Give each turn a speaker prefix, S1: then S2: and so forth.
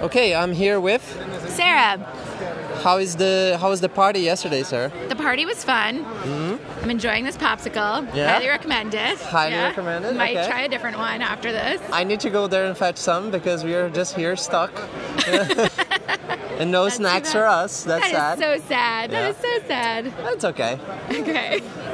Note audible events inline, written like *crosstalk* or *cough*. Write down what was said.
S1: Okay, I'm here with.
S2: Sarah,
S1: How is the How was the party yesterday, sir?
S2: the party was fun. I'm enjoying this popsicle.
S1: Mm-hmm. Yeah?
S2: Highly recommend it.
S1: Highly recommend it,
S2: Might
S1: okay.
S2: try a different one after this.
S1: I need to go there and fetch some because we are just here *laughs* stuck, and no snacks
S2: bad.
S1: for us. That's
S2: That
S1: sad.
S2: is so sad. *laughs*
S1: Yeah.
S2: That is so sad.
S1: That's okay.
S2: Okay.